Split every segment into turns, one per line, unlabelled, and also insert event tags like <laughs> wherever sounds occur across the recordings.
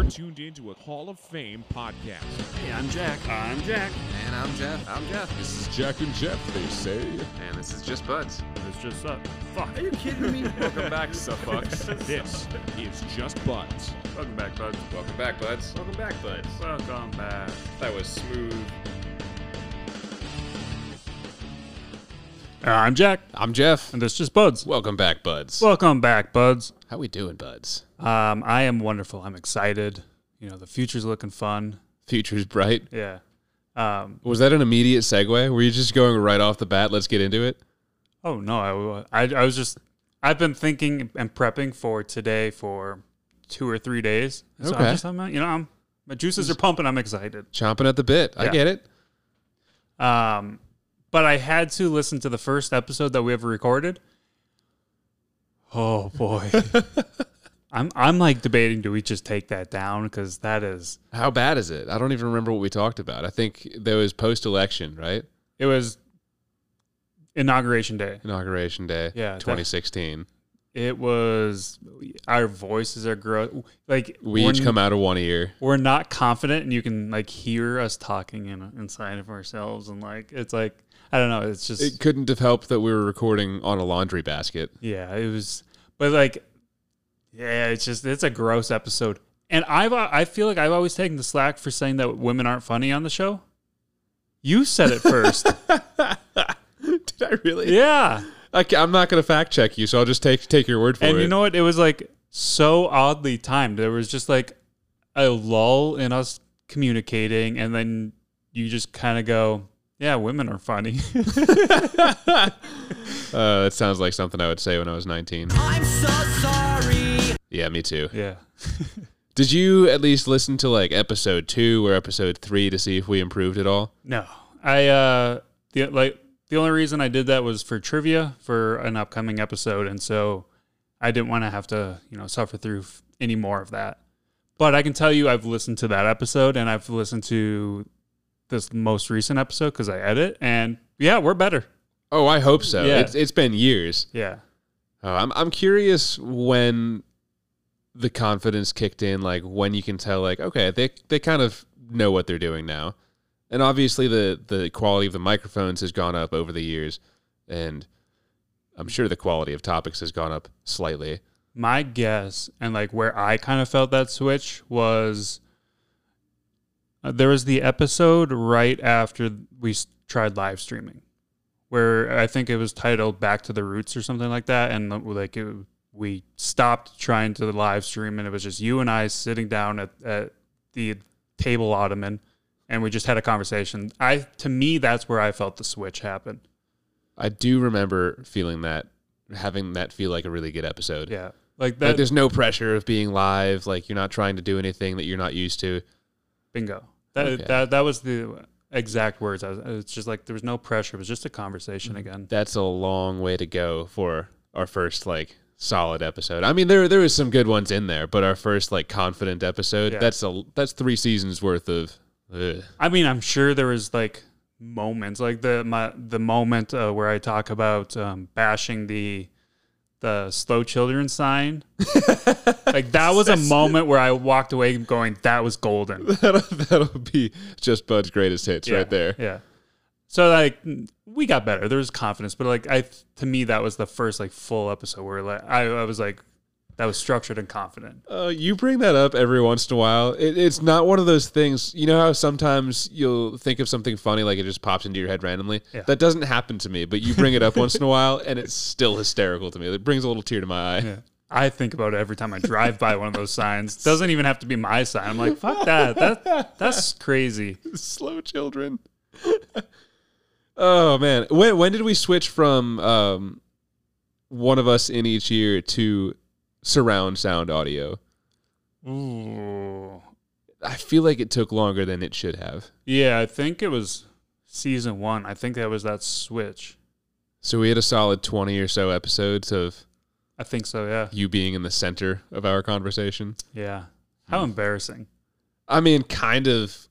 into a Hall of Fame podcast. <laughs>
Hey, I'm Jack. I'm Jack.
And I'm Jeff. I'm Jeff.
This is Jack and Jeff, they say.
And this is just buds.
It's just up. Fuck.
you
<laughs>
kidding me? Welcome back, Suffucks.
This is Just Buds.
Welcome back, bud.
Welcome back, buds.
Welcome back, buds.
Welcome back.
That was smooth.
Uh, I'm Jack,
I'm Jeff.
and this just buds.
Welcome back, buds.
Welcome back, buds.
How we doing, buds?
Um, I am wonderful. I'm excited. You know, the future's looking fun.
Future's bright.
Yeah. Um,
Was that an immediate segue? Were you just going right off the bat? Let's get into it.
oh no, I, I I was just I've been thinking and prepping for today for two or three days. So
Okay.
I'm just, I'm, you know, I'm, my juices are pumping. I'm excited.
Chomping at the bit. I
Yeah.
get it.
Um, but I had to listen to the first episode that we ever recorded. Oh
<laughs>
boy. I'm I'm like debating do we just take that down cuz that is
How bad is it? I don't even remember what we talked about. I think there was post-election, right?
it was inauguration day.
Inauguration Day,
Yeah, that-
2016.
It was our voices are grow like
We
we're
each
n-
come out of one ear.
we're not confident and you can like hear us talking in, inside of ourselves and like it's like I don't know, it's just
It couldn't have helped that we were recording on a laundry basket.
Yeah, it was, but like, yeah, it's just it's a gross episode. And I've uh, I feel like I've always taken the slack for saying that women aren't funny on the show. You said it first.
<laughs> Did I really?
yeah,
I ca- I'm not going to fact check you, so I'll just take take your word for
and
it.
you know what? It was like so oddly timed. There was just like a lull in us communicating, and then you just kind of go, "Yeah, women are funny." <laughs>
uh, that sounds like something I would say when I was 19.
I'm so sorry.
Yeah, me too.
yeah,
Did you at least listen to like episode two or episode three to see if we improved at all?
no, I uh, the like the only reason I did that was for trivia for an upcoming episode, and so I didn't want to have to, you know, suffer through f- any more of that. But I can tell you, I've listened to that episode and I've listened to this most recent episode because I edit, and yeah, we're better.
Oh, I hope so.
Yeah.
It's, it's been years.
Yeah,
Uh, I'm I'm curious when the confidence kicked in, like when you can tell, like okay, they they kind of know what they're doing now, and obviously the the quality of the microphones has gone up over the years, and I'm sure the quality of topics has gone up slightly.
my guess and like where I kind of felt that switch was uh, there was the episode right after we s- tried live streaming where I think it was titled Back to the Roots or something like that and uh, like it, we stopped trying to live stream and it was just you and I sitting down at, at the table ottoman and we just had a conversation. I to me that's where I felt the switch happen.
I do remember feeling that, having that feel like a really good episode.
Yeah. Like
Like
that
there's no pressure of being live. Like you're not trying to do anything that you're not used to.
Bingo. That
Okay.
that that was the exact words. I was, it's just like there was no pressure. It was just a conversation
Mm-hmm.
again.
That's a long way to go for our first like solid episode. I mean, there there was some good ones in there, but our first like confident episode.
Yeah.
That's a that's three seasons worth of. Ugh. <laughs>
I mean, I'm sure there was like moments, like the my the moment uh, where I talk about um, bashing the the slow children
<laughs>
sign. like that was a moment where I walked away going, "That was golden."
That'll, that'll be just Bud's greatest hits
Yeah,
<laughs> right there.
Yeah. So like we got better. There was confidence, but like I to me that was the first like full episode where like I, I was like that was structured and confident.
Uh, you bring that up every once in a while. It, it's not one of those things. You know how sometimes you'll think of something funny, like it just pops into your head randomly.
Yeah.
That doesn't happen to me, but you bring it up once in a while, and it's still hysterical to me. It brings a little tear to my eye.
I think about it every time I drive by one of those signs. Doesn't even have to be my sign. I'm like, fuck that. That that's crazy.
<laughs> Slow children. <laughs> oh man, when when did we switch from um, one of us in each year to surround sound audio?
Ooh.
I feel like it took longer than it should have.
Yeah, I think it was season one. I think that was that switch.
So we had a solid twenty or so episodes of
I think so. Yeah.
you being in the center of our conversation.
Yeah. How embarrassing.
I mean, kind of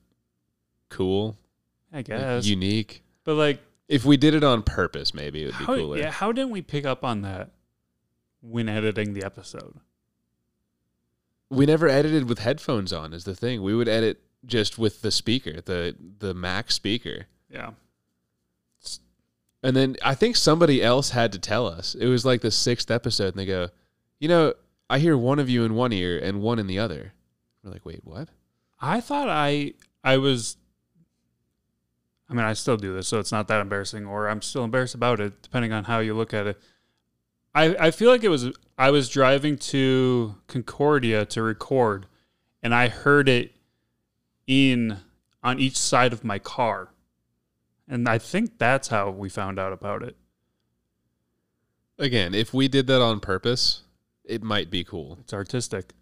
cool,
I
like,
guess.
unique.
but like,
If we did it on purpose, maybe it would be
how,
cooler.
Oh, yeah, how didn't we pick up on that when editing the episode?
we never edited with headphones on is the thing. We would edit just with the speaker, the the Mac speaker.
Yeah.
And then I think somebody else had to tell us. It was like the sixth episode, and they go, "You know, I hear one of you in one ear and one in the other." We're like, "Wait, what?"
I thought I I was I mean I still do this, so it's not that embarrassing or I'm still embarrassed about it, depending on how you look at it. I, I feel like it was I was driving to Concordia to record and I heard it in on each side of my car. And I think that's how we found out about it.
Again, if we did that on purpose, it might be cool,
It's artistic.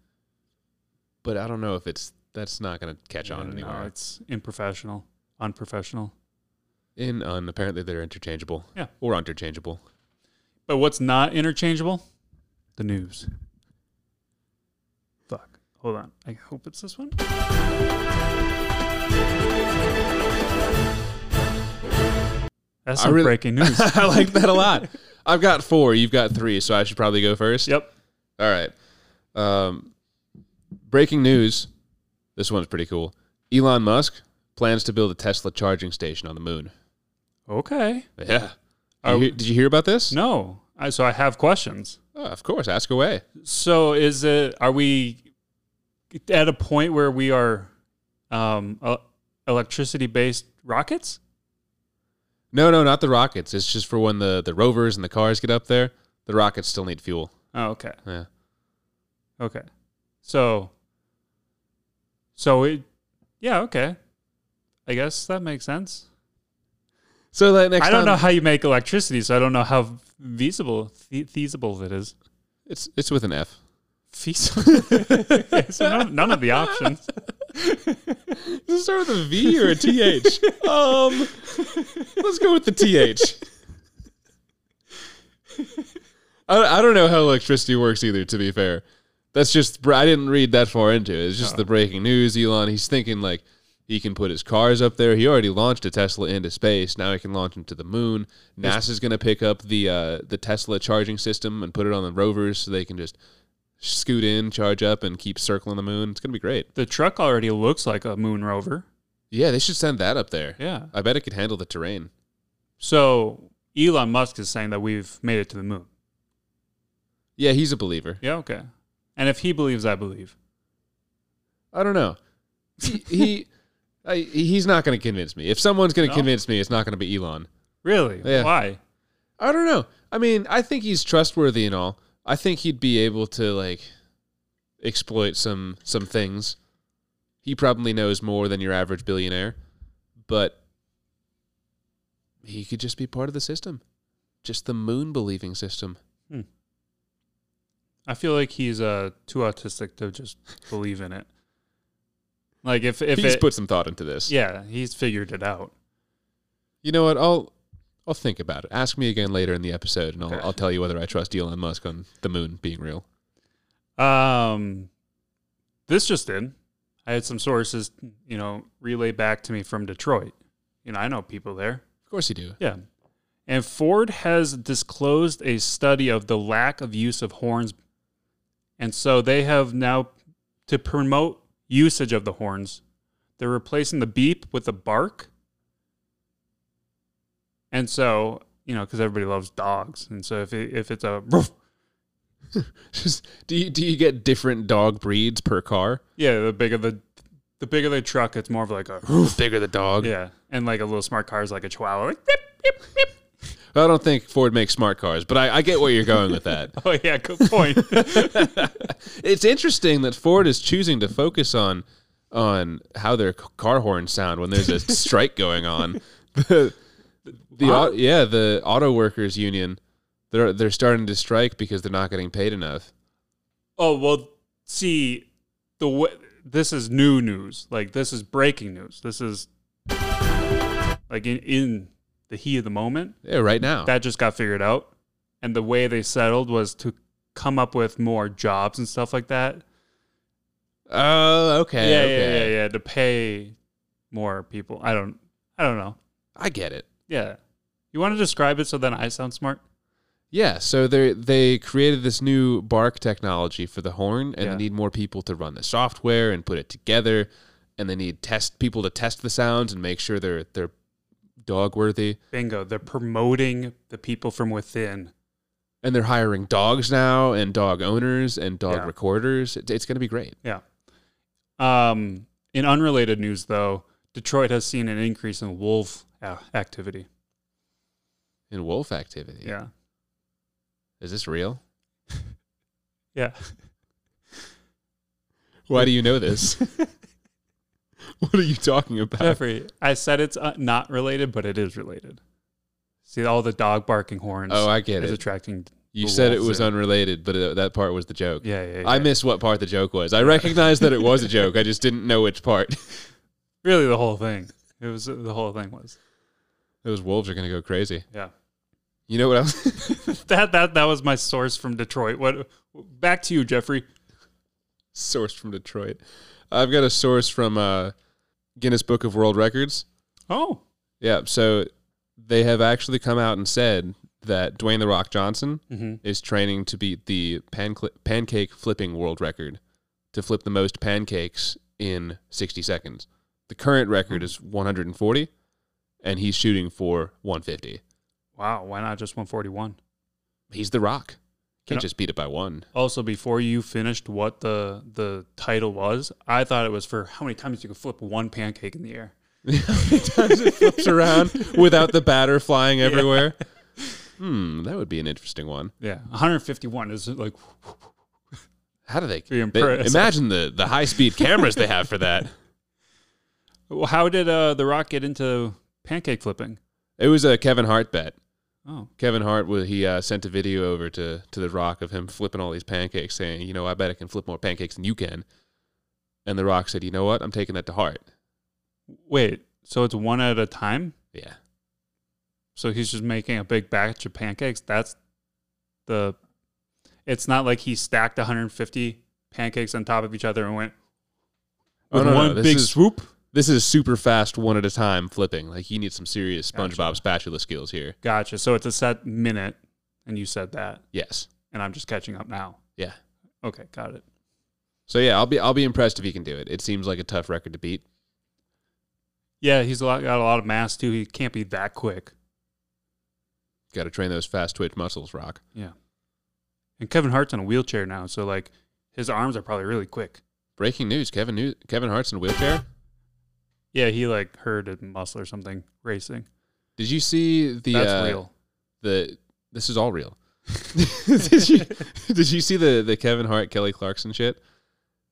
but I don't know if it's that's not going to catch on
And, uh,
anywhere.
it's improfessional, unprofessional.
in un, apparently they're interchangeable.
Yeah.
or interchangeable.
But what's not interchangeable? The news. Fuck. Hold on. I hope it's this one. That's
I
some
really-
breaking <laughs> news.
<laughs> I like that
<laughs>
a lot. I've got four. You've got three, so I should probably go first.
yep.
All right. Um, breaking news. This one's pretty cool. Elon Musk plans to build a Tesla charging station on the moon.
Okay.
Yeah.
Are-
Did you, hear, did you hear about this?
Oh. No. I, so I have questions.
Oh, of course. Ask away.
So is it? Are we at a point where we are um, electricity based rockets?
No, no, not the rockets. It's just for when the, the rovers and the cars get up there. The rockets still need fuel.
Oh, okay.
Yeah.
Okay. So so it yeah, okay. I guess that makes sense.
So that next
I don't
time-
know how you make electricity, so I don't know how feasible fe- feasible it is.
It's it's with an F.
<laughs> Feasible. so none, none of the options.
Does it start with a V or a TH? um, let's go with the TH. I, I don't know how electricity works either, to be fair. That's just, I didn't read that far into it. It's just the breaking news. Elon, he's thinking like he can put his cars up there. He already launched a Tesla into space. Now he can launch them to the moon. NASA's going to pick up the, uh, the Tesla charging system and put it on the rovers so they can just scoot in, charge up, and keep circling the moon. It's going to be great.
The truck already looks like a moon rover.
Yeah, they should send that up there.
Yeah.
I bet it could handle the terrain.
So Elon Musk is saying that we've made it to the moon.
Yeah, he's a believer.
Yeah, okay. And if he believes, I believe.
I don't know. He, he <laughs> I, he's not going to convince me. If someone's going to
No?
convince me, it's not going to be Elon.
Really?
Yeah.
Why?
I don't know. I mean, I think he's trustworthy and all. I think he'd be able to like exploit some some things. He probably knows more than your average billionaire, but he could just be part of the system. Just the moon believing system.
I feel like he's uh too autistic to just believe in it. Like if if
he's
it,
put some thought into this.
yeah, he's figured it out.
You know what? I'll I'll think about it. Ask me again later in the episode, and I'll,
Okay.
I'll tell you whether I trust Elon Musk on the moon being real.
Um, this just in, I had some sources, you know, relay back to me from Detroit. You know, I know people there.
Of course you do. <laughs>
Yeah, and Ford has disclosed a study of the lack of use of horns, and so they have now to promote usage of the horns. They're replacing the beep with a bark. And so, you know, because everybody loves dogs, and so if it, if it's a roof,
Just do you do you get different dog breeds per car?
yeah, the bigger the the bigger the truck, it's more of like a
Bigger the dog.
yeah, and like a little smart car is like a chihuahua, like <laughs> "Beep."
I don't think Ford makes smart cars, but I, I get where you're going
<laughs>
with that.
oh yeah, good point.
It's interesting that Ford is choosing to focus on on how their c- car horns sound when there's
<laughs>
a strike going on. The, the au- yeah, the auto workers union they're they're starting to strike because they're not getting paid enough.
oh well, see the w- this is new news, like this is breaking news. This is like in in the heat of the moment.
Yeah, right now.
that just got figured out. And the way they settled was to come up with more jobs and stuff like that.
Oh, okay.
yeah,
okay.
yeah, yeah, yeah. To pay more people. I don't I don't know.
I get it.
Yeah. You want to describe it so then I sound smart?
Yeah, so they they created this new bark technology for the horn, and
Yeah.
they need more people to run the software and put it together, and they need test people to test the sounds and make sure they're they're dog worthy,
Bingo. They're promoting the people from within.
and they're hiring dogs now and dog owners and dog
Yeah.
recorders. It, it's going to be great.
Yeah. Um, in unrelated news, though, Detroit has seen an increase in wolf uh, activity.
In wolf activity,
Yeah.
is this real?
Yeah. <laughs>
Why do you
<laughs>
know this? what are you talking about?
Jeffrey, I said it's uh, not related, but it is related. See all the dog barking horns.
Oh, I get
is
it.
attracting.
You
the
said it
wolves
was
in.
unrelated, but it, that part was the joke.
Yeah, yeah. yeah.
I miss what part the joke was. I recognized that it was a joke. I just didn't know which part. <laughs>
really the whole thing. It was uh, the whole thing was.
Those wolves are going to go crazy.
Yeah.
You know what else? <laughs>
That that that was my source from Detroit. What? Back to you, Jeffrey.
source from Detroit. I've got a source from uh, Guinness Book of World Records.
Oh,
Yeah, so they have actually come out and said that Dwayne the Rock Johnson is training to beat the pancl- pancake flipping world record to flip the most pancakes in 60 seconds. The current record is 140, and he's shooting for 150.
wow. Why not just 141?
He's the Rock.
Can
Can't
I-
just beat it
<laughs>
by one. <laughs>
Also, before you finished what the the title was, I thought it was for how many times you could flip one pancake in the air.
Flips around without the batter flying everywhere. Hmm, that would be an interesting one.
Yeah, 151 is like
How do they,
Be
they
impressive.
imagine the the high speed cameras they have for that?
Well, how did uh, The Rock get into pancake flipping?
It was a Kevin Hart bet.
Oh,
Kevin Hart was he uh, sent a video over to to the Rock of him flipping all these pancakes, saying, "You know, I bet I can flip more pancakes than you can." And the Rock said, "You know what? I'm taking that to heart."
wait. So it's one at a time.
Yeah,
So he's just making a big batch of pancakes. That's the. It's not like he stacked 150 pancakes on top of each other and went
Oh,
with
no, no,
one
this
big
is-
swoop.
this is super fast, one at a time flipping. Like you need some serious SpongeBob spatula skills here.
Gotcha. So it's a set minute, and you said that,
Yes,
and I'm just catching up now.
yeah.
Okay, got it.
So yeah, I'll be I'll be impressed if he can do it. It seems like a tough record to beat.
Yeah, he's a lot, got a lot of mass too. He can't be that quick.
Got to train those fast twitch muscles, Rock.
Yeah. And Kevin Hart's in a wheelchair now, so like his arms are probably really quick.
Breaking news: Kevin New- Kevin Hart's in a wheelchair.
Yeah, he like hurt a muscle or something racing.
Did you see the
That's
uh,
real.
the this is all real. <laughs> did you did you see the the Kevin Hart Kelly Clarkson shit?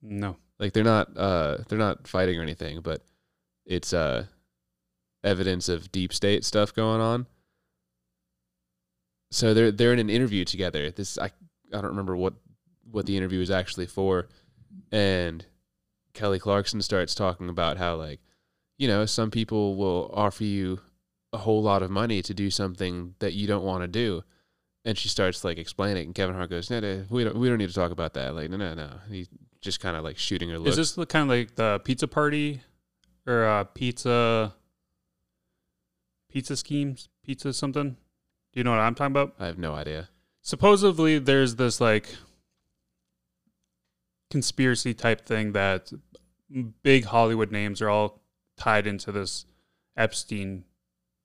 No.
Like they're not uh they're not fighting or anything, but it's uh evidence of deep state stuff going on. So they're they're in an interview together. This I I don't remember what what the interview is actually for, and Kelly Clarkson starts talking about how like you know some people will offer you a whole lot of money to do something that you don't want to do. And she starts like explaining, it, and Kevin Hart goes, "No, no, we don't, we don't need to talk about that. Like, no, no, no." He's just kind of like shooting her. Look.
Is this the kind of like the pizza party or uh, pizza pizza schemes, pizza something? Do you know what I'm talking about?
I have no idea.
supposedly there's this like conspiracy type thing that big Hollywood names are all tied into this Epstein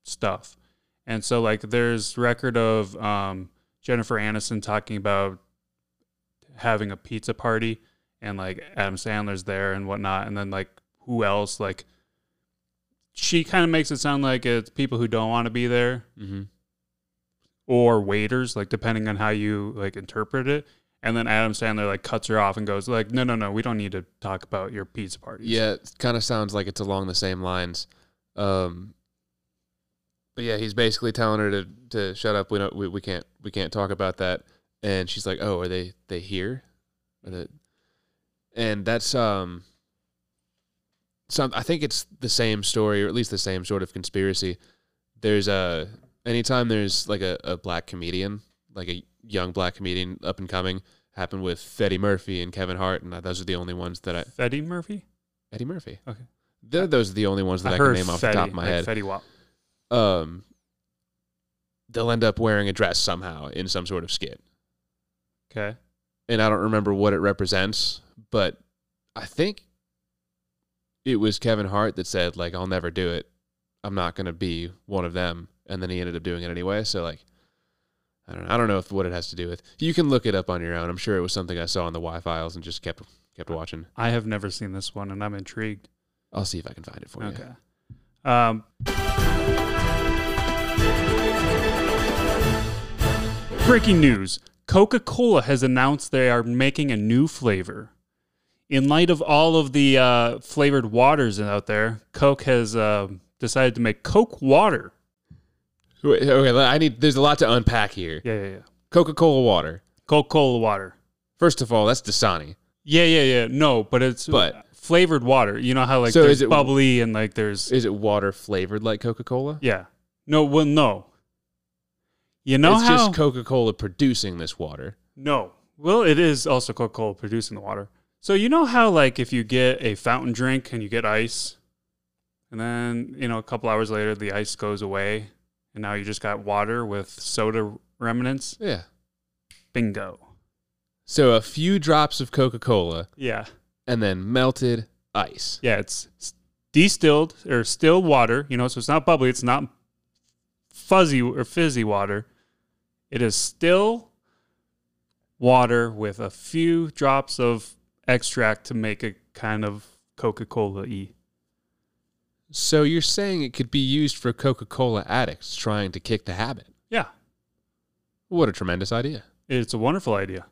stuff. And so like there's record of um, Jennifer Aniston talking about having a pizza party and like Adam Sandler's there and whatnot. And then like who else like she kind of makes it sound like it's people who don't want to be there
Mm-hmm.
or waiters, like depending on how you like interpret it. And then Adam Sandler like cuts her off and goes like, "No, no, no, we don't need to talk about your pizza parties."
Yeah, it kind of sounds like it's along the same lines. Um, but yeah, he's basically telling her to, to shut up. We don't. We, we can't. We can't talk about that. And she's like, "Oh, are they they here?" Are they? And that's um. Some I think it's the same story, or at least the same sort of conspiracy. There's a anytime there's like a, a black comedian, like a young black comedian up and coming, happened with Freddie Murphy and Kevin Hart, and those are the only ones that I
Fetty Murphy.
Eddie Murphy.
Okay.
They're, those are the only ones that I, can name off the top of my
like
head.
Fetty Wap.
Um, they'll end up wearing a dress somehow in some sort of skit.
Okay.
And I don't remember what it represents, but I think it was Kevin Hart that said, like, I'll never do it. I'm not gonna be one of them. And then he ended up doing it anyway. So like I don't know. I don't know if what it has to do with. You can look it up on your own. I'm sure it was something I saw in the Y files and just kept kept watching.
I have never seen this one and I'm intrigued.
I'll see if I can find it for you.
Okay. Um, breaking news Coca Cola has announced they are making a new flavor. In light of all of the uh, flavored waters out there, Coke has uh, decided to make Coke water.
Wait, okay, I need. There's a lot to unpack here.
Yeah, yeah, yeah.
Coca Cola water.
Coca Cola water.
First of all, that's Dasani.
Yeah, yeah, yeah. No, but it's
But-
flavored water. You know how like
So
there's
is it-
bubbly and like there's
Is it water flavored like Coca Cola?
yeah. No, well, no. You know
it's
how
just Coca Cola producing this water.
No. Well, it is also Coca Cola producing the water. So you know how like if you get a fountain drink and you get ice, and then you know a couple hours later the ice goes away, and now you just got water with soda remnants.
Yeah.
Bingo.
So a few drops of Coca Cola
Yeah.
and then melted ice.
Yeah. It's s- distilled or still water. You know, so it's not bubbly. It's not fuzzy or fizzy water. It is still water with a few drops of extract to make a kind of Coca Cola y.
So you're saying it could be used for Coca Cola addicts trying to kick the habit?
Yeah,
What a tremendous idea!
it's a wonderful idea.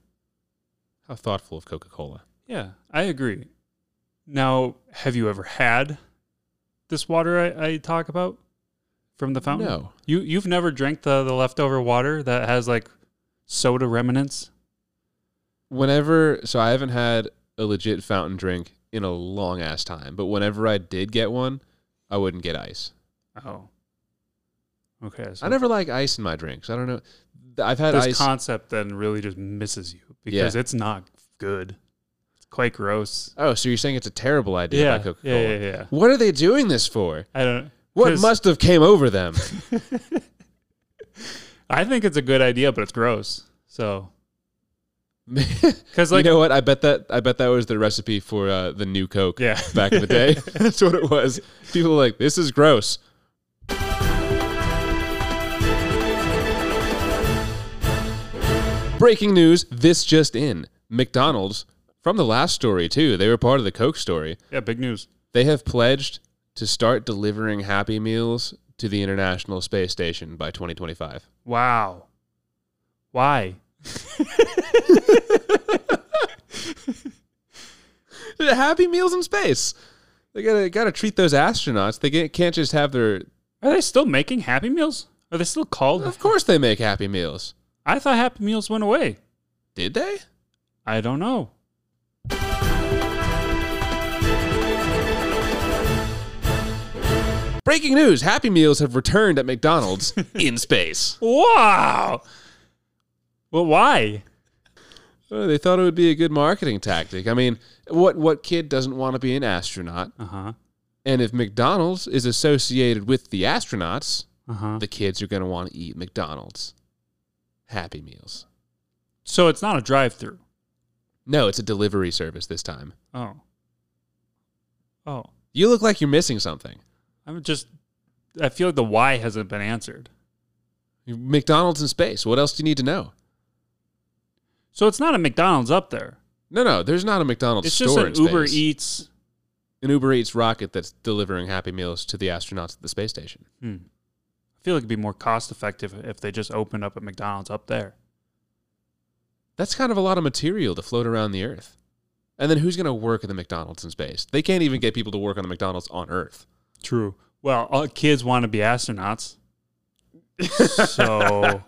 How thoughtful of Coca Cola.
Yeah, I agree. Now, have you ever had this water I, I talk about from the fountain?
No.
You you've never drank the, the leftover water that has like soda remnants?
Whenever, so I haven't had a legit fountain drink in a long ass time, but whenever I did get one, I wouldn't get ice.
Oh. Okay. So
I never like ice in my drinks. I don't know. I've had
this
ice.
concept then really just misses you because
Yeah.
it's not good. It's quite gross.
oh, so you're saying it's a terrible idea
Yeah,
by Coca Cola?
yeah, yeah, yeah.
What are they doing this for?
I don't
What
'cause
must have came
<laughs>
over them? <laughs>
I think it's a good idea, but it's gross. So because
you
like
know what? I bet that I bet that was the recipe for uh, the new Coke.
Yeah.
back in
<laughs>
the day, <laughs> that's what it was. People were like, "This is gross." Breaking news! This just in: McDonald's from the last story too. They were part of the Coke story.
yeah, big news.
They have pledged to start delivering Happy Meals to the International Space Station by 2025.
Wow. Why?
Happy Meals in space. They gotta gotta treat those astronauts. They get, can't just have their.
Are they still making Happy Meals? Are they still called?
Of course, they make Happy Meals.
I thought Happy Meals went away.
Did they?
I don't know.
Breaking news: Happy Meals have returned at McDonald's in space.
Wow. Well, why?
Oh, they thought it would be a good marketing tactic. I mean, what what kid doesn't want to be an astronaut?
Uh huh.
And if McDonald's is associated with the astronauts,
Uh huh.
the kids are gonna want to eat McDonald's. Happy Meals.
So it's not a drive-through.
No, it's a delivery service this time.
Oh. Oh.
You look like you're missing something.
I'm just. I feel like the why hasn't been answered.
McDonald's in space. What else do you need to know?
So it's not a McDonald's up there.
No, no, there's not a McDonald's
It's
store
just
in
an
space.
Uber Eats.
an Uber Eats rocket that's delivering Happy Meals to the astronauts at the space station.
Hmm. I feel like it'd be more cost-effective if they just opened up a McDonald's up there.
That's kind of a lot of material to float around the Earth. And then who's going to work at the McDonald's in space? They can't even get people to work on the McDonald's on Earth.
True. Well, all kids want to be astronauts. so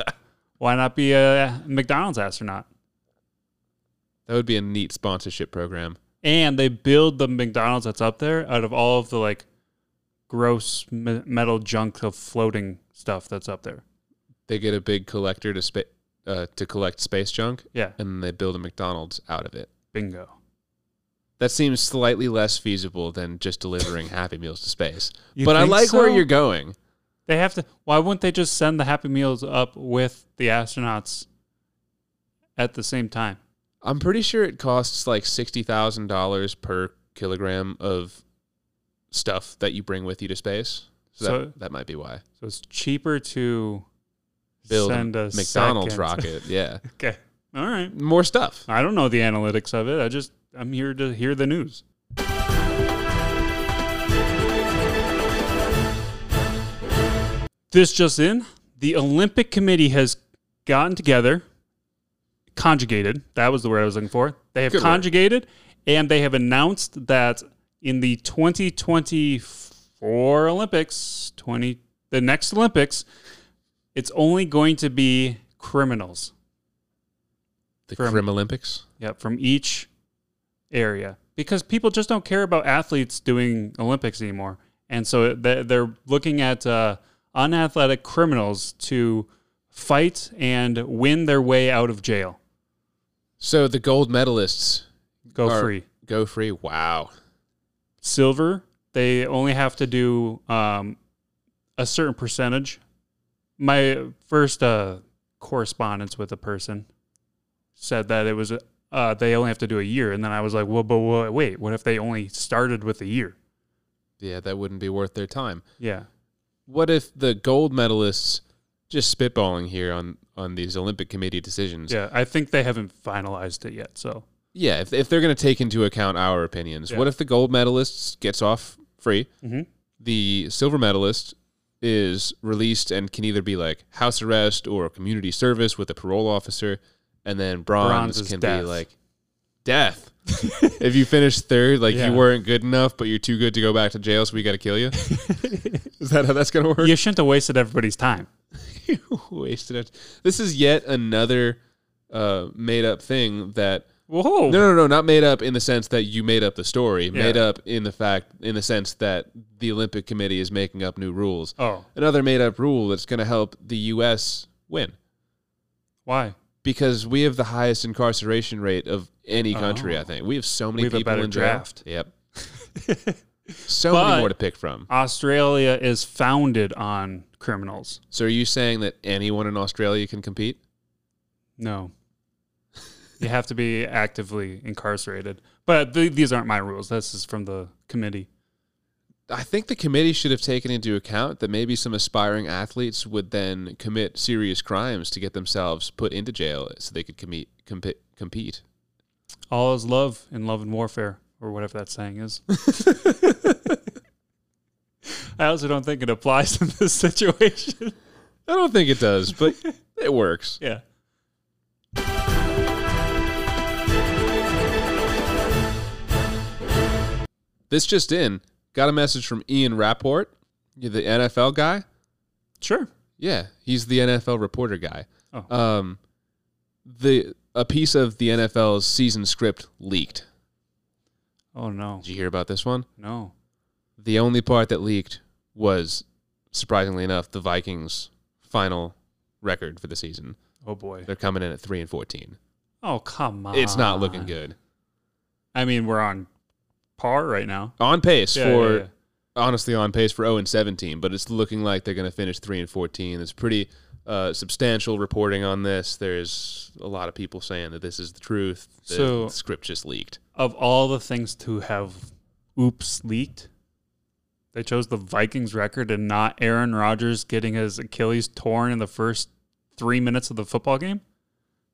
why not be a McDonald's astronaut?
That would be a neat sponsorship program.
And they build the McDonald's that's up there out of all of the like gross me- metal junk of floating stuff that's up there.
They get a big collector to spa- uh, to collect space junk,
Yeah.
and they build a McDonald's out of it.
Bingo.
That
<laughs>
seems slightly less feasible than just delivering Happy Meals to space.
You
but I
think
like where
so?
you're going.
They have to. Why wouldn't they just send the Happy Meals up with the astronauts at the same time?
I'm pretty sure it costs like sixty thousand dollars per kilogram of stuff that you bring with you to space. So,
So-
that, that might be why.
So it's cheaper to
Build
send a
a McDonald's
second-
rocket. Yeah.
<laughs> Okay. All right. <laughs>
More stuff.
I don't know the analytics of it. I just I'm here to hear the news. This just in, the Olympic Committee has gotten together, conjugated. That was the word I was looking for. They have
Good word.
conjugated, and they have announced that in the 2024 Olympics, 20 the next Olympics, it's only going to be criminals.
The
From-
Crim Olympics.
Yeah, from each area because people just don't care about athletes doing Olympics anymore, and so they- they're looking at uh, unathletic criminals to fight and win their way out of jail,
So the gold medalists
go
are-
free.
Go free. Wow.
Silver, they only have to do um, a certain percentage. My first uh, correspondence with a person said that it was uh, they only have to do a year, and then I was like, well, but wha- wait, what if they only started with a year?
Yeah, that wouldn't be worth their time.
Yeah.
What if the gold medalists just spitballing here on on these Olympic committee decisions?
Yeah, I think they haven't finalized it yet. So
Yeah, if, if they're going to take into account our opinions,
Yeah.
what if the gold medalist gets off free?
Mhm.
The silver medalist is released and can either be like house arrest or community service with a parole officer, and then bronze,
Bronze is
can
death.
be like death. <laughs> if you finish third, like
Yeah.
you weren't good enough, but you're too good to go back to jail, so we got
<laughs>
to kill you. is that how that's going to work? <laughs>
you shouldn't have wasted everybody's time.
Wasted it. This is yet another uh, made up thing that
Whoa.
no, no, no, not made up in the sense that you made up the story. Made
Yeah.
up in the fact, in the sense that the Olympic Committee is making up new rules.
Oh,
Another made up rule that's going to help the U.S. win
why?
because we have the highest incarceration rate of any country.
Oh.
I think we have so many
We have a
people
better
in jail.
draft. <laughs>
Yep, so
But-
many more to pick from.
Australia is founded on criminals.
So, are you saying that anyone in Australia can compete?
No. you have to be actively incarcerated. But th- these aren't my rules. This is from the committee.
I think the committee should have taken into account that maybe some aspiring athletes would then commit serious crimes to get themselves put into jail so they could commi- compi- compete.
All is love in love and warfare, or whatever that saying is. I also don't think it applies in this situation. <laughs>
I don't think it does, but it works.
yeah.
This just in got a message from Ian Rapport, the NFL guy.
Sure.
Yeah, he's the NFL reporter guy.
Oh.
Um, the a piece of the NFL's season script leaked.
Oh, no.
Did you hear about this one?
No.
The only part that leaked was, surprisingly enough, the Vikings' final record for the season.
Oh, boy.
They're coming in at three and fourteen.
Oh, come on.
It's not
Ah.
looking good.
I mean, we're on par right now.
On pace
Yeah,
for
yeah, yeah.
honestly on pace for zero and seventeen, but it's looking like they're going to finish three and fourteen. There's pretty uh, substantial reporting on this. There's a lot of people saying that this is the truth. The
So-
script just leaked.
of all the things to have oops leaked, they chose the Vikings record and not Aaron Rodgers getting his Achilles torn in the first three minutes of the football game.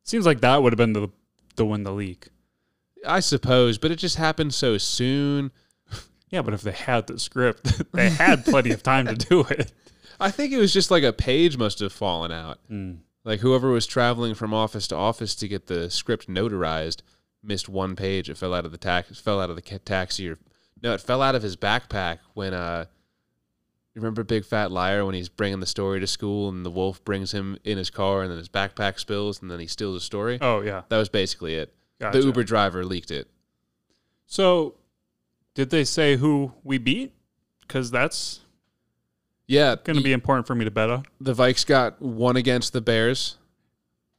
Seems like that would have been the the one to leak.
I suppose, but it just happened so soon.
Yeah, but if they had the script, <laughs> they had plenty of time to do it. <laughs>
I think it was just like a page must have fallen out. Like whoever was traveling from office to office to get the script notarized missed one page. It fell out of the tax, fell out of the ca- taxi, or no, it fell out of his backpack when uh, you remember Big Fat Liar when he's bringing the story to school and the wolf brings him in his car and then his backpack spills and then he steals the story.
Oh yeah.
That was basically it.
Gotcha.
The Uber driver leaked it.
So, did they say who we beat? Because that's
Yeah,
going to be important for me to bet on.
the Vikes got one against the Bears.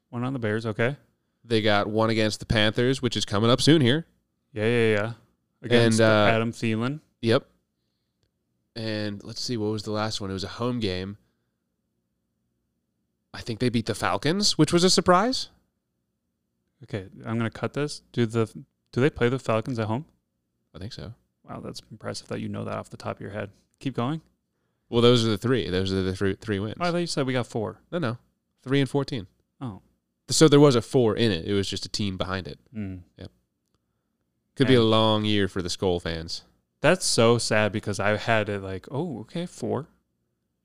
One on the Bears, okay?
They got one against the Panthers, which is coming up soon here.
Yeah, yeah, yeah. Against
uh,
Adam Thielen.
Yep. and let's see, what was the last one? It was a home game. I think they beat the Falcons, which was a surprise.
Okay, I'm gonna cut this. Do the do they play the Falcons at home?
I think so.
Wow, that's impressive that you know that off the top of your head. Keep going.
Well, those are the three. Those are the three, three wins.
Oh, I thought you said we got four.
no, no, three and fourteen.
Oh,
So there was a four in it. It was just a team behind it.
mm.
Could be a
And-
long year for the Skull fans.
that's so sad because I had it like, oh, okay, four,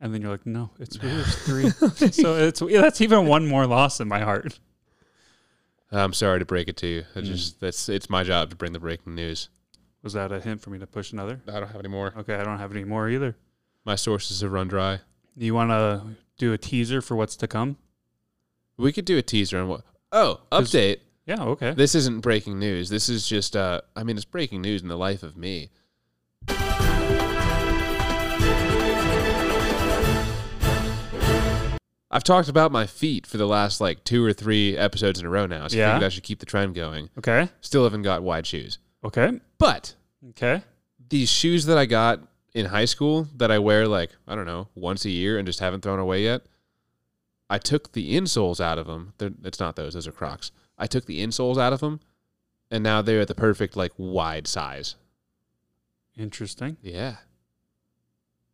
and then you're like, no, it's really just three. <laughs> so it's yeah, that's even one more loss in my heart.
I'm sorry to break it to you. I just that's it's my job to bring the breaking news.
Was that a hint for me to push another?
I don't have any more.
Okay, I don't have any more either.
My sources have run dry.
Do you want to do a teaser for what's to come?
We could do a teaser on what. Oh, update.
Yeah, okay.
This isn't breaking news. This is just. Uh, I mean, it's breaking news in the life of me. I've talked about my feet for the last like two or three episodes in a row now, so I
Yeah.
figured I should keep the trend going.
Okay,
Still haven't got wide shoes,
okay,
but
okay.
these shoes that I got in high school that I wear like I don't know once a year and just haven't thrown away yet. I took the insoles out of them. They're, it's not those; those are Crocs. I took the insoles out of them, and now they're at the perfect like wide size.
Interesting,
Yeah,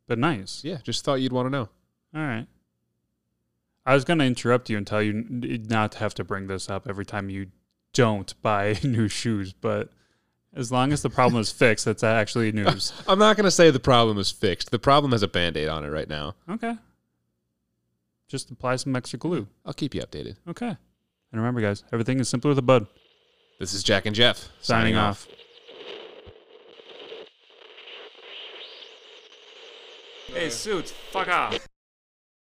but nice.
yeah. Just thought you'd want to know.
All right. I was going to interrupt you and tell you n- n- not to have to bring this up every time you don't <laughs> buy new shoes, but as long as the problem is fixed, that's actually news.
I'm not gonna say the problem is fixed. The problem has a band-aid on it right now.
Okay. Just apply some extra glue.
I'll keep you updated.
Okay. And remember, guys, everything is simpler with a bud.
This is Jack and Jeff
Signing off. Hey, suits, fuck off.